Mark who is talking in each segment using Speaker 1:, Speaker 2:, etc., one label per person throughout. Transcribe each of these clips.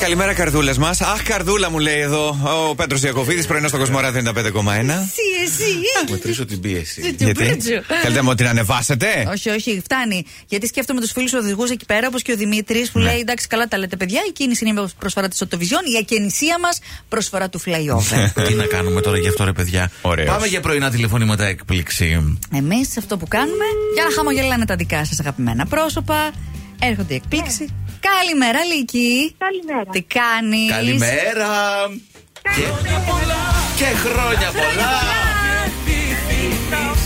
Speaker 1: καλημέρα καρδούλες μας. Αχ, καρδούλα μου λέει εδώ ο Πέτρος Ιακοβίδη, πρωινός στο Κοσμορά 95,1.
Speaker 2: εσύ.
Speaker 3: Μετρήσω την πίεση.
Speaker 2: Του Μπρίτζου.
Speaker 1: Θέλετε μου την ανεβάσετε.
Speaker 2: Όχι, όχι, φτάνει. Γιατί σκέφτομαι τους φίλους οδηγούς εκεί πέρα, όπως και ο Δημήτρης,
Speaker 3: Ναι.
Speaker 2: που λέει: Εντάξει, καλά τα λέτε, παιδιά. Η κίνηση είναι προσφορά της Οτοβιζιόν. Η ακενησία μας προσφορά του flyover.
Speaker 3: Τι να κάνουμε τώρα γι' αυτό, ρε παιδιά.
Speaker 1: Ωραίος.
Speaker 3: Πάμε για πρωινά τηλεφωνήματα έκπληξη.
Speaker 2: Εμείς αυτό που κάνουμε, για να χαμογελάνε τα δικά σας αγαπημένα πρόσωπα, έρχονται οι εκπλήξεις. Καλημέρα, Λίκη.
Speaker 4: Ναι. Καλημέρα.
Speaker 2: Τι κάνεις.
Speaker 3: Καλημέρα. Και- Και χρόνια πολλά.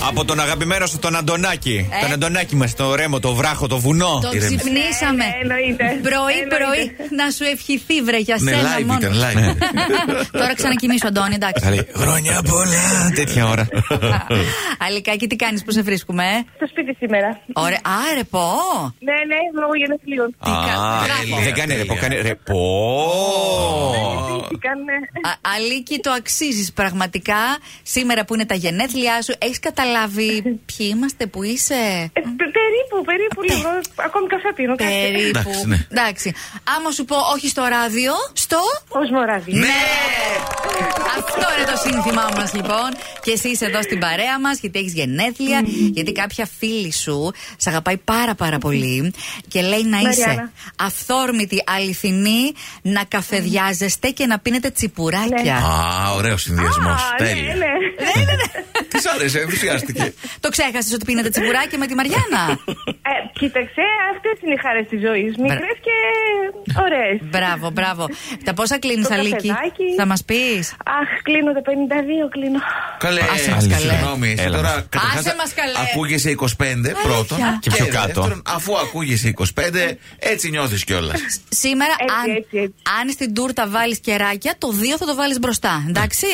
Speaker 1: Από τον αγαπημένο σου τον Αντωνάκη.
Speaker 2: Ε.
Speaker 1: Τον Αντωνάκη μας, το ρέμο, το βράχο, το βουνό.
Speaker 2: Το
Speaker 3: Ηρεμία.
Speaker 2: ξυπνήσαμε.
Speaker 4: Ε, εννοείται. Ναι,
Speaker 2: Πρωί-πρωί
Speaker 4: Εννοείται.
Speaker 2: να σου ευχηθεί, βρε για
Speaker 3: Ναι,
Speaker 2: σένα
Speaker 3: live
Speaker 2: μόνος.
Speaker 3: ήταν, live.
Speaker 2: Τώρα ξανακοιμήσω, Αντώνη, εντάξει.
Speaker 1: Θα λέει χρόνια πολλά. Τέτοια ώρα.
Speaker 2: Αλικάκι, τι κάνεις που σε βρίσκουμε, ε?
Speaker 4: Στο σπίτι σήμερα.
Speaker 2: Ωραία. Άρε, πω.
Speaker 4: Ναι, ναι, λόγω γενεθλίων.
Speaker 1: Α,
Speaker 2: κα- μπράβο.
Speaker 1: Δεν κάνει ρεπό,
Speaker 3: Τέλεια.
Speaker 1: κάνει ρεπό.
Speaker 4: Τύχηκαν, ναι.
Speaker 2: Α, Αλίκη, το αξίζεις πραγματικά. Σήμερα που είναι τα γενέθλιά σου, έχεις καταλάβει ποιοι είμαστε, που είσαι.
Speaker 4: Ε, πε- περίπου, περίπου λίγο. Ακόμη καφέ πίνω.
Speaker 2: Περίπου.
Speaker 3: Εντάξει, ναι.
Speaker 2: Εντάξει. Άμα σου πω όχι στο ράδιο, στο.
Speaker 4: Ω μοράδι.
Speaker 1: Ναι,
Speaker 2: Αυτό είναι το σύνθημά μας, λοιπόν. Και εσύ είσαι εδώ στην παρέα μας, γιατί έχεις γενέθλια, γιατί κάποια φίλη σου σε αγαπάει πάρα πάρα πολύ και λέει να είσαι
Speaker 4: Μαριάννα.
Speaker 2: αυθόρμητη, αληθινή, να καφεδιάζεστε και να πίνετε
Speaker 3: Ναι.
Speaker 2: τσιπουράκια.
Speaker 3: Α, ωραίος συνδυασμός.
Speaker 4: Α, ναι,
Speaker 3: Τέλεια.
Speaker 4: ναι.
Speaker 3: Τη άρεσε, ενθουσιάστηκε.
Speaker 2: Το ξέχασες ότι πίνετε τσιπουράκια με τη Μαριάννα.
Speaker 4: Ε, κοίταξε, αυτές είναι οι χάρε της ζωής.
Speaker 1: Ναι.
Speaker 4: Μικρές και ωραίες.
Speaker 2: Μπράβο, μπράβο. Τα πόσα κλείνει,
Speaker 4: Το
Speaker 2: Αλίκη,
Speaker 4: καφεδάκι.
Speaker 2: θα μας πεις.
Speaker 4: Αχ, κλείνω τα 52, κλείνω.
Speaker 3: Καλέ,
Speaker 2: Άσε μας καλέ.
Speaker 3: συγγνώμη. εσύ
Speaker 1: Έλα.
Speaker 3: τώρα,
Speaker 1: Άσε
Speaker 3: καταρχάς,
Speaker 2: μας καλέ.
Speaker 3: Ακούγεσαι 25 πρώτον.
Speaker 1: Και πιο κάτω.
Speaker 3: δεύτερον, αφού ακούγεσαι 25, έτσι νιώθεις κιόλας.
Speaker 2: Ναι. Σήμερα,
Speaker 4: Έτσι,
Speaker 2: αν,
Speaker 4: έτσι, έτσι.
Speaker 2: αν στην τούρτα βάλεις κεράκια, το δύο θα το βάλεις μπροστά. Εντάξει.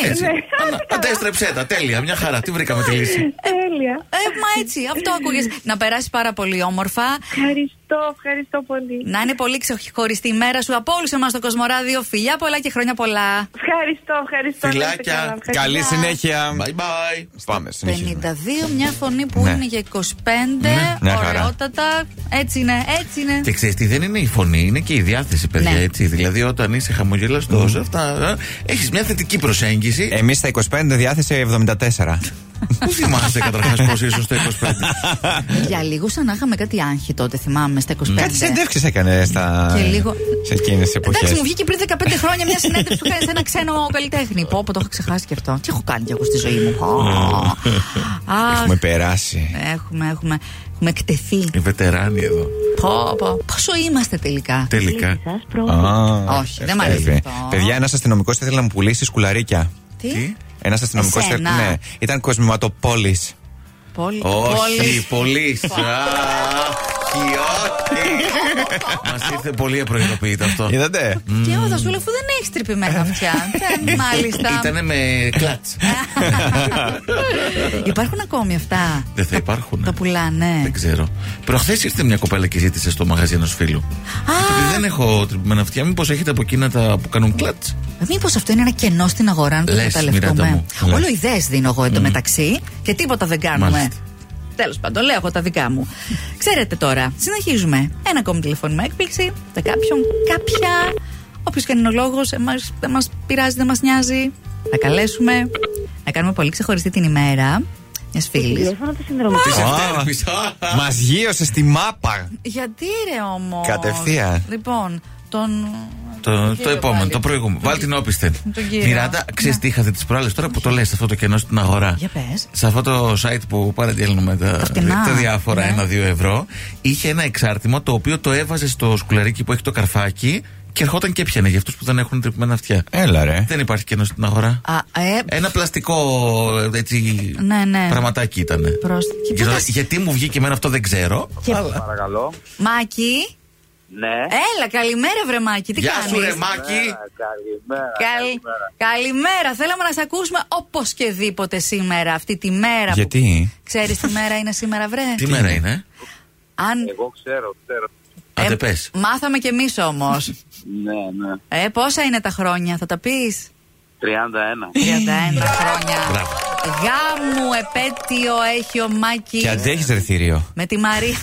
Speaker 3: Αντέστρεψέ τα, τέλεια, μια χαρά. Τι βρήκαμε τη
Speaker 4: Ναι.
Speaker 3: λύση.
Speaker 4: Τέλεια.
Speaker 2: Ε, μα έτσι, αυτό ακούγες. Να περάσει πάρα πολύ όμορφα.
Speaker 4: Ευχαριστώ, ευχαριστώ πολύ.
Speaker 2: Να είναι πολύ ξεχωριστή η μέρα σου από όλους εμάς στο Κοσμοράδιο. Φιλιά πολλά και χρόνια πολλά.
Speaker 4: Ευχαριστώ, ευχαριστώ.
Speaker 3: Φιλάκια.
Speaker 4: Να είστε καλά. Ευχαριστώ.
Speaker 1: Καλή συνέχεια.
Speaker 3: Bye bye.
Speaker 1: Πάμε, συνεχίζουμε.
Speaker 2: 52, μια φωνή που
Speaker 1: Ναι.
Speaker 2: είναι για 25.
Speaker 1: μια χαρά.
Speaker 2: Ωραιότατα. Έτσι είναι, έτσι είναι.
Speaker 3: Και ξέρεις τι δεν είναι η φωνή, είναι και η διάθεση, παιδιά.
Speaker 2: Ναι.
Speaker 3: Έτσι. Δηλαδή, όταν είσαι χαμογελαστός, αυτά. Έχεις μια θετική προσέγγιση.
Speaker 1: Εμείς στα 25 διάθεση 74.
Speaker 3: Πού θυμάσαι καταρχάς πώς ήσουν στο 25.
Speaker 2: Για λίγο σαν να είχαμε κάτι άγχη τότε, θυμάμαι, στα 25.
Speaker 1: Κάτι συνέντευξε έκανε στα.
Speaker 3: ε,
Speaker 2: Και λίγο-
Speaker 1: σε εκείνες τις
Speaker 2: Εντάξει, μου
Speaker 1: εποχέ.
Speaker 2: βγήκε πριν 15 χρόνια μια συνέντευξη που κάνει σε ένα ξένο καλλιτέχνη. Πω, πω, το έχω ξεχάσει και αυτό. Τι έχω κάνει κι εγώ στη ζωή μου. Αχ,
Speaker 1: Έχουμε περάσει.
Speaker 2: έχουμε, έχουμε, έχουμε εκτεθεί.
Speaker 3: Οι βετεράνοι εδώ.
Speaker 2: Πω, πω. Πόσο είμαστε τελικά.
Speaker 3: Τελικά.
Speaker 1: Α,
Speaker 2: Όχι, δεν μ' αρέσει
Speaker 1: εύκολη.
Speaker 2: αυτό.
Speaker 1: Παιδιά, ένας αστυνομικός ήθελε να μου πουλήσει σκουλαρίκια.
Speaker 2: Τι,
Speaker 3: Τι?
Speaker 1: Ένας αστυνομικός.
Speaker 2: Εσένα.
Speaker 1: Ναι, ήταν κοσμηματοπόλης.
Speaker 2: πόλη. πόλη.
Speaker 3: Όχι, λοιπόν. πολύ. Όχι, όχι. Μας ήρθε πολύ απροειδοποιητό αυτό.
Speaker 1: Είδατε.
Speaker 2: Και ο Δασούλα, αφού δεν έχεις τρυπημένα αυτιά. Δεν, Μάλιστα.
Speaker 3: Ήτανε με κλατ.
Speaker 2: Υπάρχουν ακόμη αυτά.
Speaker 3: Δεν θα υπάρχουν.
Speaker 2: Τα πουλάνε.
Speaker 3: Ναι. Δεν ξέρω. Προχθές ήρθε μια κοπέλα και ζήτησε στο μαγαζί ενός φίλου. Επειδή δεν έχω τρυπημένα αυτιά, μήπως έχετε από εκείνα τα που κάνουν κλατ.
Speaker 2: Μήπως αυτό είναι ένα κενό στην αγορά, να το
Speaker 3: Λες, Μιράντα
Speaker 2: εκμεταλλευτούμε.
Speaker 3: μου, λες.
Speaker 2: Όλο ιδέες δίνω εγώ εντωμεταξύ και τίποτα δεν κάνουμε.
Speaker 3: Μάλιστα.
Speaker 2: Τέλος πάντων, λέω εγώ τα δικά μου. Ξέρετε τώρα, συνεχίζουμε. Ένα ακόμη τηλεφώνημα έκπληξη. Τα κάποιον, κάποια. Όποιος και αν είναι ο λόγος, δεν μας πειράζει, δεν μας νοιάζει. Να καλέσουμε. Να κάνουμε πολύ ξεχωριστή την ημέρα μιας φίλης.
Speaker 4: Τηλέφωνο του συνδρομητή.
Speaker 3: Τη
Speaker 1: Α.
Speaker 3: ευτέρπη.
Speaker 1: Μας γύρωσε στη μάπα.
Speaker 2: Γιατί ρε όμως.
Speaker 1: Κατευθείαν.
Speaker 2: Λοιπόν, τον. τον
Speaker 3: Το, το
Speaker 2: κύριο
Speaker 3: επόμενο,
Speaker 2: πάλι.
Speaker 3: το προηγούμενο. Βάλ την όπισθεν.
Speaker 2: Τον κύριο. Ναι.
Speaker 3: Μιράντα, ξέρεις τι είχατε τις προάλλες τώρα που το λες αυτό το κενό στην αγορά.
Speaker 2: Για πες.
Speaker 3: Σε αυτό το site που παραγγέλνουμε τα,
Speaker 2: φτηνά.
Speaker 3: τα διάφορα
Speaker 2: Ναι.
Speaker 3: ένα-δύο ευρώ, είχε ένα εξάρτημα το οποίο το έβαζε στο σκουλαρίκι που έχει το καρφάκι και ερχόταν και πιανε για αυτούς που δεν έχουν τρυπημένα αυτιά.
Speaker 2: Ε.
Speaker 1: Έλα ρε.
Speaker 3: Δεν υπάρχει κενό στην αγορά.
Speaker 2: Α, ε,
Speaker 3: Ένα πλαστικό ε, έτσι,
Speaker 2: Ναι, ναι.
Speaker 3: πραγματάκι ήταν.
Speaker 2: Προς- Και πού τα-
Speaker 3: Γιατί μου βγήκε εμένα αυτό δεν ξέρω.
Speaker 5: Παρακαλώ.
Speaker 2: Μάκη.
Speaker 5: Ναι.
Speaker 2: Έλα, καλημέρα, βρε Μάκη. Τι
Speaker 3: Γεια
Speaker 2: κάνεις?
Speaker 3: σου, ρε Μάκη.
Speaker 5: Καλημέρα, Καλημέρα.
Speaker 2: Καλη- Καλημέρα. Θέλαμε να σε ακούσουμε όπως και δίποτε σήμερα, αυτή τη μέρα.
Speaker 1: Γιατί?
Speaker 2: Που... Ξέρεις τι μέρα είναι σήμερα, βρε.
Speaker 3: Τι μέρα είναι, ε?
Speaker 2: Αν...
Speaker 5: Εγώ ξέρω, ξέρω.
Speaker 3: Άντε πες.
Speaker 2: Μάθαμε κι εμείς όμως.
Speaker 5: Ναι, ναι.
Speaker 2: ε, πόσα είναι τα χρόνια, θα τα πεις.
Speaker 5: 31.
Speaker 2: 31 χρόνια.
Speaker 3: Μπράβο.
Speaker 2: Γάμου επέτειο έχει ο Μάκης.
Speaker 1: Και αντέχεις ρε θηρίο.
Speaker 2: Με τη Μαρία.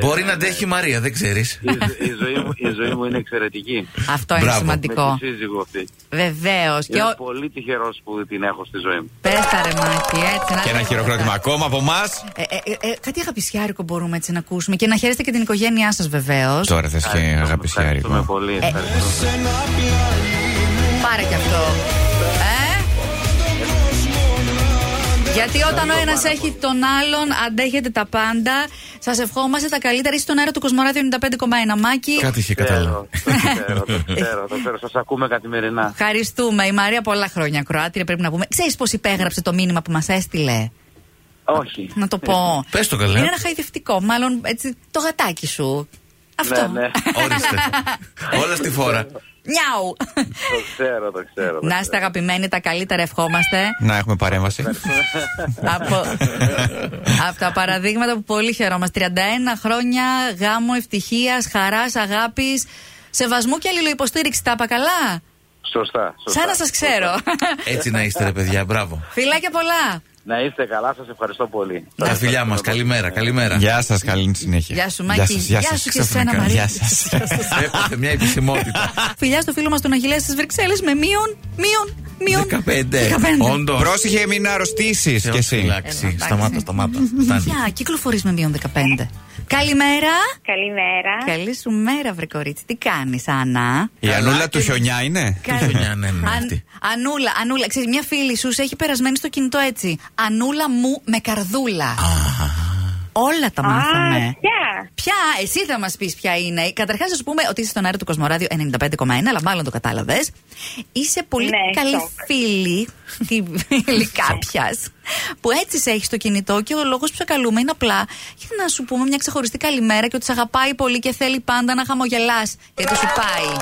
Speaker 3: Μπορεί να αντέχει η Μαρία, δεν ξέρεις.
Speaker 5: Η, ζω- η ζωή μου, η ζωή μου είναι εξαιρετική.
Speaker 2: Αυτό είναι
Speaker 3: Μπράβο.
Speaker 5: Με
Speaker 2: σημαντικό.
Speaker 5: τη σύζυγο αυτή.
Speaker 2: Βεβαίως. Και
Speaker 5: Είμαι
Speaker 2: ο...
Speaker 5: πολύ τυχερός που την έχω στη ζωή μου.
Speaker 2: Πες τα ρε Μάκη, έτσι. να
Speaker 1: Και ένα
Speaker 2: λέτε
Speaker 1: χειροκρότημα
Speaker 2: αυτά.
Speaker 1: ακόμα από εμάς.
Speaker 2: Ε, ε, ε, ε, κάτι αγαπησιάρικο μπορούμε έτσι να ακούσουμε και να χαίρεστε και την οικογένειά σας βεβαίως.
Speaker 1: Τώρα θες και
Speaker 5: Ευχαριστούμε, Ευχαριστούμε
Speaker 1: αγαπησιάρικο.
Speaker 5: πολύ.
Speaker 2: Ε,
Speaker 5: Ευχαριστούμε.
Speaker 2: Πάρε κι αυτό. Ε? Γιατί όταν ο ένα έχει τον άλλον, αντέχετε τα πάντα. Σας ευχόμαστε τα καλύτερα. Είστε στον αέρα του Κοσμοράδιο 95,1 Μάκη.
Speaker 3: Κάτι είχε κατάλαβα.
Speaker 5: Ξέρω, το ξέρω, το ξέρω, το ξέρω. Σας ακούμε καθημερινά.
Speaker 2: Ευχαριστούμε. Η Μαρία πολλά χρόνια Κροάτρια, πρέπει να πούμε. Ξέρεις πώς υπέγραψε το μήνυμα που μας έστειλε.
Speaker 5: Όχι.
Speaker 2: Να το πω.
Speaker 3: Ε, Πες το καλά.
Speaker 2: Είναι ένα χαϊδευτικό. Μάλλον έτσι, το γατάκι σου. Αυτό.
Speaker 5: Ναι, ναι.
Speaker 3: Ορίστε. Όλα στη φόρα.
Speaker 2: Μιάου.
Speaker 5: Το ξέρω, το ξέρω. το
Speaker 2: Να είστε
Speaker 5: ξέρω.
Speaker 2: αγαπημένοι, τα καλύτερα ευχόμαστε.
Speaker 1: Να έχουμε παρέμβαση.
Speaker 2: από, από τα παραδείγματα που πολύ χαιρόμαστε. 31 χρόνια γάμο, ευτυχίας, χαράς, αγάπης, σεβασμού και αλληλοϊποστήριξη. Τα είπα καλά.
Speaker 5: Σωστά. σωστά.
Speaker 2: Σαν να σας ξέρω.
Speaker 3: Έτσι να είστε, ρε παιδιά, μπράβο.
Speaker 2: Φιλάκια πολλά.
Speaker 5: Να είστε καλά, σας ευχαριστώ πολύ.
Speaker 3: Τα φιλιά μας, καλημέρα, καλημέρα.
Speaker 1: Γεια σας, καλή συνέχεια.
Speaker 2: Γεια σου, Μάκη.
Speaker 1: σας,
Speaker 2: Γεια
Speaker 1: σας,
Speaker 2: σου και σε σένα,
Speaker 1: ξαφνικά.
Speaker 2: Μαρία.
Speaker 1: Γεια σας.
Speaker 3: Έπαθε μια επισημότητα.
Speaker 2: Φιλιά στο φίλο μας τον Αχιλέα στις Βρυξέλλες με μείον, μείον, μείον.
Speaker 3: 15.
Speaker 2: 15.
Speaker 3: Όντως.
Speaker 1: Πρόσεχε, μην αρρωστήσεις κι εσύ.
Speaker 2: εντάξει.
Speaker 3: Σταμάτα, σταμάτα. Φτάνει.
Speaker 2: Για, κυκλοφορείς με μείον 15. Καλημέρα.
Speaker 4: Καλημέρα.
Speaker 2: Καλή σου μέρα, βρε κορίτσι. Τι κάνεις, Ανά.
Speaker 1: Η
Speaker 3: Καλά
Speaker 1: Ανούλα
Speaker 3: και-
Speaker 1: του χιονιά είναι.
Speaker 2: Καλή-
Speaker 3: γενιά, ναι, ναι,
Speaker 2: Αν-
Speaker 3: αυτή.
Speaker 2: Ανούλα, Ανούλα, ξέρεις, μια φίλη σου σε έχει περασμένη στο κινητό έτσι. Ανούλα μου με καρδούλα. Όλα τα μάθαμε.
Speaker 4: Γεια.
Speaker 2: Ποια, εσύ θα μας πεις ποια είναι. Καταρχάς, να σου πούμε ότι είσαι στον αέρα του Κοσμοράδιο 95,1, αλλά μάλλον το κατάλαβε. Είσαι πολύ
Speaker 4: Ναι,
Speaker 2: καλή
Speaker 4: σοκ.
Speaker 2: φίλη, τη φίλη κάποια, που έτσι σε έχει στο κινητό και ο λόγος που σε καλούμε είναι απλά για να σου πούμε μια ξεχωριστή καλημέρα και ότι σε αγαπάει πολύ και θέλει πάντα να χαμογελάς. Γιατί σου πάει.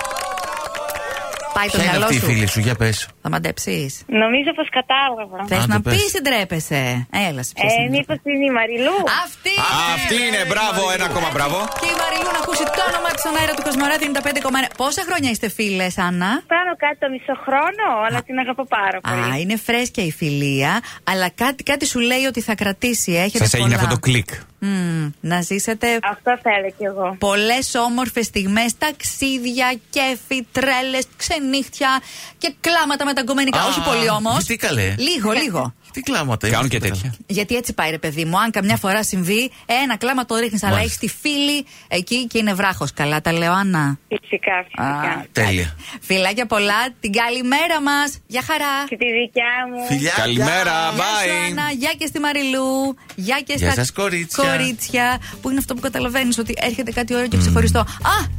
Speaker 2: Πάει το
Speaker 3: Ποια είναι
Speaker 2: μυαλό
Speaker 3: αυτή η
Speaker 2: σου.
Speaker 3: φίλη σου, για πες.
Speaker 2: Θα μαντέψεις.
Speaker 4: Νομίζω πως κατάλαβα.
Speaker 2: Θες
Speaker 3: Άντε,
Speaker 2: να
Speaker 3: πες.
Speaker 2: πεις, δεν τρέπεσαι. Έλα, σε
Speaker 4: Ε, Μήπως είναι η Μαριλού.
Speaker 2: Αυτή
Speaker 1: Αυτή είναι,
Speaker 2: ρε,
Speaker 1: μπράβο,
Speaker 2: Μαριλού.
Speaker 1: ένα ακόμα μπράβο.
Speaker 2: Και η Μαριλού να ακούσει το όνομα της στον αέρα του Κοσμοράδη είναι τα 5,1. Πόσα χρόνια είστε φίλες, Άννα.
Speaker 4: Κάνω κάτι το μισό χρόνο, αλλά την αγαπώ πάρα
Speaker 2: Α,
Speaker 4: πολύ.
Speaker 2: είναι φρέσκια η φιλία, αλλά κάτι, κάτι σου λέει ότι θα κρατήσει. Έχετε
Speaker 1: Σας έγινε
Speaker 2: πολλά.
Speaker 1: αυτό το κλικ.
Speaker 2: Μμμ, να ζήσετε
Speaker 4: Αυτό θέλω κι εγώ.
Speaker 2: πολλές όμορφες στιγμές, ταξίδια, κέφι, τρέλες, ξενύχτια και κλάματα μεταγκωμένα.
Speaker 3: Α,
Speaker 2: Όχι πολύ όμως.
Speaker 3: γιατί καλέ.
Speaker 2: Λίγο, λίγο.
Speaker 3: Τι κλάματα
Speaker 1: Κάνουν
Speaker 3: είμαστε
Speaker 1: και
Speaker 3: τώρα.
Speaker 1: τέτοια.
Speaker 2: Γιατί έτσι πάει, ρε παιδί μου. Αν καμιά φορά συμβεί, ένα κλάμα το ρίχνεις, αλλά έχει
Speaker 3: Μάλιστα.
Speaker 2: τη φίλη εκεί και είναι βράχος. Καλά, τα λέω, Άννα.
Speaker 4: Φυσικά, φυσικά.
Speaker 3: Τέλεια.
Speaker 2: Φιλάκια πολλά, την καλημέρα μας. Γεια χαρά.
Speaker 4: Και τη δικιά μου.
Speaker 3: Φιλιά.
Speaker 1: Καλημέρα,
Speaker 2: Γεια σου,
Speaker 1: bye.
Speaker 2: Άννα. Γεια και στη Μαριλού. Γεια και
Speaker 3: Γεια
Speaker 2: στα
Speaker 3: σας, κορίτσια.
Speaker 2: κορίτσια. Που είναι αυτό που καταλαβαίνεις ότι έρχεται κάτι ωραίο και ξεχωριστό. Α,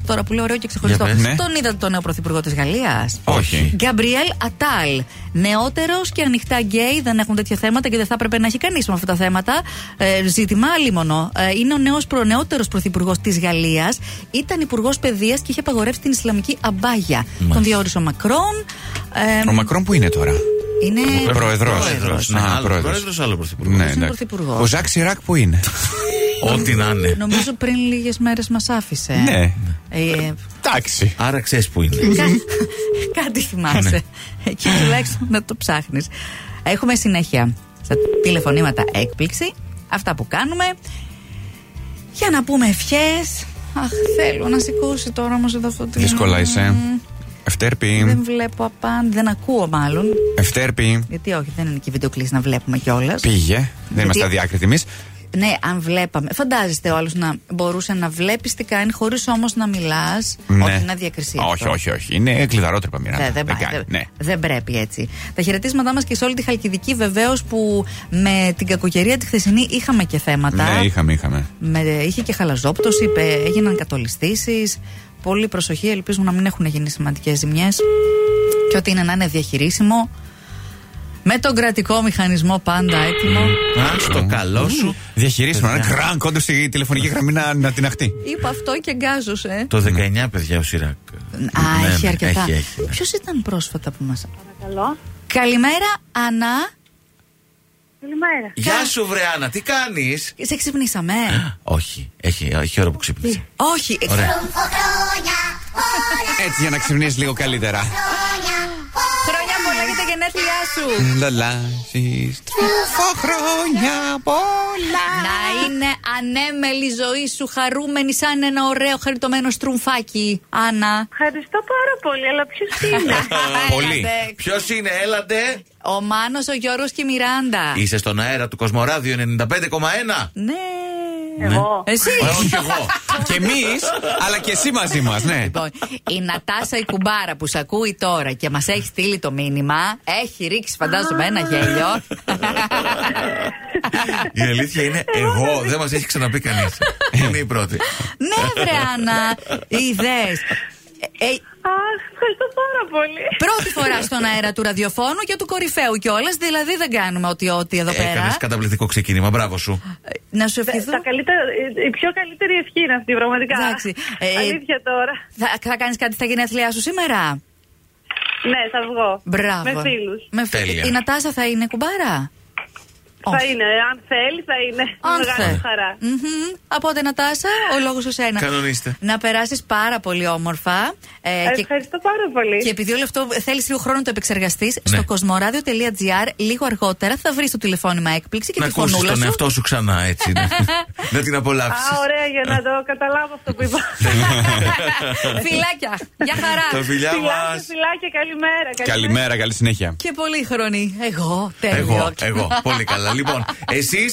Speaker 2: τώρα που λέω ωραίο και ξεχωριστό.
Speaker 3: Για πες.
Speaker 1: Ναι.
Speaker 2: Τον είδατε τον νέο πρωθυπουργό της Γαλλίας.
Speaker 1: Όχι.
Speaker 2: Γκαμπριέλ Ατάλ. Νεότερος και ανοιχτά γκέι. Δεν έχουν τέτοια θέματα και δεν θα έπρεπε να έχει κανείς με αυτά τα θέματα. Ε, ζήτημα άλλημονο. Ε, είναι ο νέος προ, νεότερο πρωθυπουργός της Γαλλίας. Ήταν υπουργός παιδείας και είχε απαγορεύσει την Ισλαμική αμπάγια. Τον διόρισε ο Μακρόν. Ε,
Speaker 1: Ο Μακρόν που είναι τώρα.
Speaker 2: είναι.
Speaker 1: Πρόεδρος.
Speaker 3: Πρόεδρος, ναι, άλλο πρόεδρος, άλλο πρωθυπουργός.
Speaker 1: Ναι,
Speaker 2: Ποιος είναι
Speaker 1: εντάξει.
Speaker 2: πρωθυπουργός?
Speaker 1: Ο Ζακ Σιράκ που είναι.
Speaker 3: Ό,τι να είναι.
Speaker 2: Νομίζω πριν λίγες μέρες μας άφησε.
Speaker 1: Ναι.
Speaker 2: Ε,
Speaker 1: Εντάξει.
Speaker 3: Άρα ξέρεις που είναι.
Speaker 2: κα- κάτι θυμάσαι.
Speaker 1: Ναι.
Speaker 2: Εκεί τουλάχιστον να το ψάχνεις. Έχουμε συνέχεια στα τηλεφωνήματα έκπληξη. Αυτά που κάνουμε. Για να πούμε ευχές. Αχ, θέλω να σηκώσει τώρα όμως εδώ αυτό το.
Speaker 1: Δύσκολα είσαι. Ευτέρπη.
Speaker 2: Δεν βλέπω απάντη, δεν ακούω μάλλον.
Speaker 1: Ευτέρπη.
Speaker 2: Γιατί όχι, δεν είναι και βιντεοκλήση να βλέπουμε κιόλας.
Speaker 1: Πήγε. Δεν είμαστε αδιάκριτοι εμείς.
Speaker 2: Ναι, αν βλέπαμε. Φαντάζεστε όλου να μπορούσε να βλέπει τι κάνει, χωρίς όμως να μιλάς. Όχι, να διακρισία.
Speaker 1: Ναι. Όχι, όχι, όχι. Είναι κλειδαρότρεπα μοιρά.
Speaker 2: Δεν, δεν, πάει,
Speaker 1: κάνει.
Speaker 2: δεν,
Speaker 1: Ναι.
Speaker 2: δεν πρέπει έτσι. Τα χαιρετίσματά μας και σε όλη τη Χαλκιδική, βεβαίως που με την κακοκαιρία τη χθεσινή είχαμε και θέματα.
Speaker 1: Ναι, είχαμε, είχαμε.
Speaker 2: Με, είχε και χαλαζόπτωση, είπε, έγιναν κατολιστήσεις. Πολύ προσοχή, ελπίζουμε να μην έχουν γίνει σημαντικές ζημιές. Και ότι είναι να είναι διαχειρίσιμο. Με τον κρατικό μηχανισμό πάντα έτοιμο.
Speaker 3: Α το καλό σου.
Speaker 1: Διαχειρίσουμε ένα κραν κόντω στη τηλεφωνική γραμμή να, να την αχτεί.
Speaker 2: Είπα αυτό και γκάζωσε.
Speaker 3: Το 19, παιδιά, ο Σιράκ.
Speaker 2: Ναι. Α,
Speaker 3: Ναι,
Speaker 2: έχει
Speaker 3: ναι,
Speaker 2: αρκετά.
Speaker 3: Έχει, έχει. ναι.
Speaker 2: Ποιο ήταν πρόσφατα που μας.
Speaker 4: Παρακαλώ.
Speaker 2: Καλημέρα, Ανά.
Speaker 4: Καλημέρα.
Speaker 3: Γεια σου, Βρεάνα, τι κάνεις.
Speaker 2: Σε ξυπνήσαμε.
Speaker 3: Όχι, έχει, έχει ώρα που ξύπνησε.
Speaker 2: Όχι. ε,
Speaker 3: Ωραία.
Speaker 6: Χρόνια,
Speaker 1: Έτσι για να ξυπνήσεις λίγο καλύτερα.
Speaker 6: χρόνια, χρόνια.
Speaker 2: Χρόνια πολλά για τα γενέθλιά σου.
Speaker 1: Λαλάζεις τρούφο χρόνια πολλά
Speaker 2: Να είναι ανέμελη η ζωή σου, χαρούμενη σαν ένα ωραίο χαριτωμένο στρουμφάκι. Άννα.
Speaker 4: Ευχαριστώ πάρα πολύ, αλλά ποιος
Speaker 2: Ναι.
Speaker 4: είναι.
Speaker 1: Πολύ.
Speaker 2: Έλατε.
Speaker 3: Ποιος είναι, έλατε.
Speaker 2: Ο Μάνος, ο Γιώργος και η Μιράντα.
Speaker 3: Είσαι στον αέρα του Κοσμοράδιο 95,1.
Speaker 2: Ναι.
Speaker 4: Εγώ.
Speaker 2: Εσύ.
Speaker 3: Ε, Όχι εγώ.
Speaker 1: Και εμείς, αλλά και εσύ μαζί μας, ναι.
Speaker 2: Λοιπόν, η Νατάσα η κουμπάρα που σ' ακούει τώρα και μας έχει στείλει το μήνυμα, έχει ρίξει φαντάζομαι ένα γέλιο.
Speaker 3: Η αλήθεια είναι εγώ. Δεν μας έχει ξαναπεί κανείς. Είναι η πρώτη.
Speaker 2: ναι, βρε Άννα, είδε.
Speaker 4: Αχ, ευχαριστώ πάρα πολύ.
Speaker 2: πρώτη φορά στον αέρα του ραδιοφώνου και του κορυφαίου κιόλας, δηλαδή δεν κάνουμε ό,τι-ό,τι εδώ
Speaker 3: Έκανες
Speaker 2: πέρα.
Speaker 3: καταπληκτικό ξεκίνημα. Μπράβο σου.
Speaker 2: Ε, Να σου ευχηθώ.
Speaker 4: Τα καλύτερα, η πιο καλύτερη ευχή είναι αυτή, πραγματικά.
Speaker 2: Εντάξει. Ε,
Speaker 4: Αλήθεια τώρα.
Speaker 2: Θα, θα κάνεις κάτι στα γενέθλιά σου σήμερα.
Speaker 4: Ναι, θα βγω.
Speaker 2: Μπράβο.
Speaker 4: Με φίλους.
Speaker 2: Με φι-
Speaker 3: Τέλεια.
Speaker 2: Η Νατάσα θα είναι κουμπάρα.
Speaker 4: Θα είναι, αν θέλει, θα είναι.
Speaker 2: Αν
Speaker 4: Μεγάλη
Speaker 2: θε.
Speaker 4: μου χαρά.
Speaker 2: Μμμ. Οπότε Νατάσα, ο λόγος σε σένα.
Speaker 3: Κανονίστε.
Speaker 2: Να περάσεις πάρα πολύ όμορφα. Ε, και,
Speaker 4: Ευχαριστώ πάρα πολύ.
Speaker 2: και επειδή όλο αυτό θέλεις λίγο χρόνο να το επεξεργαστείς,
Speaker 3: Ναι.
Speaker 2: στο κοσμοράδιο.gr λίγο αργότερα θα βρεις το τηλεφώνημα έκπληξη και
Speaker 3: Να
Speaker 2: τη
Speaker 3: ακούσει
Speaker 2: φωνούλα
Speaker 3: τον
Speaker 2: σου.
Speaker 3: εαυτό σου ξανά, έτσι. ναι. Να την
Speaker 4: Α,
Speaker 3: απολαύσει.
Speaker 4: ωραία, για να το καταλάβω αυτό που είπα.
Speaker 2: Φιλάκια. Για
Speaker 3: Τα
Speaker 2: χαρά.
Speaker 3: φιλιά
Speaker 4: Φιλάκια,
Speaker 3: μας.
Speaker 4: φιλάκια, καλημέρα.
Speaker 1: Καλημέρα, καλή συνέχεια.
Speaker 2: και πολύ χρονή. Εγώ, τέλειο.
Speaker 3: Εγώ, εγώ. Πολύ καλά. Λοιπόν, εσείς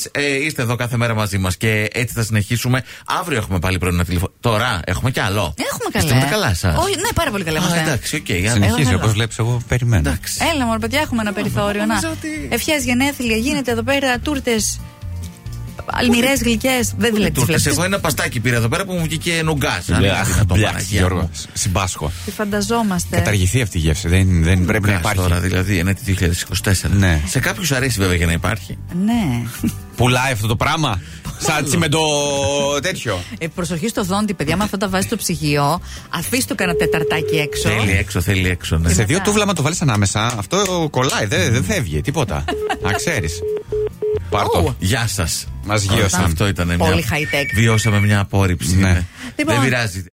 Speaker 3: είστε εδώ κάθε μέρα μαζί μας και έτσι θα συνεχίσουμε. Αύριο έχουμε πάλι πρωί ένα τηλεφωνικό. Τώρα έχουμε κι άλλο.
Speaker 2: Έχουμε καλά.
Speaker 3: Είστε με τα καλά σας.
Speaker 2: Όχι, ναι, πάρα πολύ καλά είμαστε.
Speaker 3: εντάξει, οκ. άντε.
Speaker 1: Συνεχίζει,
Speaker 2: Έλα,
Speaker 1: όπως
Speaker 2: έλα.
Speaker 1: βλέπεις, εγώ περιμένω.
Speaker 3: Εντάξει.
Speaker 2: Έλα, μόνο παιδιά, έχουμε ένα περιθώριο. Να.
Speaker 3: νομίζω ότι-
Speaker 2: Ευχές γενέθλια, γίνεται εδώ πέρα τούρτες. Αλμυρές γλυκές. Δεν βλέπεις
Speaker 3: Τούρτες.
Speaker 2: βλέπεις.
Speaker 3: Εγώ ένα παστάκι πήρα εδώ πέρα που μου βγήκε νογκά. Αν είναι
Speaker 1: Αχ,
Speaker 3: δυνατόν,
Speaker 1: μπλε,
Speaker 3: Παναγία μου.
Speaker 1: Γιώργο, συμπάσχω.
Speaker 3: Ναι.
Speaker 2: Τη φανταζόμαστε.
Speaker 1: Καταργηθεί αυτή η γεύση. Δεν, δεν πρέπει να
Speaker 3: Νογκάς
Speaker 1: υπάρχει.
Speaker 3: Τώρα, δηλαδή, ένα τη 2024.
Speaker 1: Ναι.
Speaker 3: Σε κάποιους αρέσει βέβαια για να υπάρχει.
Speaker 2: Ναι.
Speaker 1: Πουλάει αυτό το πράγμα. Σαν έτσι με το τέτοιο.
Speaker 2: Ε, προσοχή στο δόντι, παιδιά. Με αυτά τα βάζεις στο ψυγείο. Αφήστε το κανένα τεταρτάκι έξω.
Speaker 3: Θέλει έξω, θέλει έξω. Ναι.
Speaker 1: Σε δύο τούβλα, μα το βάλεις ανάμεσα, αυτό κολλάει. Δεν δεν φεύγει τίποτα. Να ξέρεις. Πάρτο.
Speaker 3: Γεια σας.
Speaker 1: Μας γύρωσαν.
Speaker 3: Αυτό ήταν μια.
Speaker 2: Πολύ high-tech.
Speaker 3: Βιώσαμε μια απόρριψη.
Speaker 1: Ναι.
Speaker 3: ναι.
Speaker 2: Λοιπόν.
Speaker 3: Δεν πειράζει.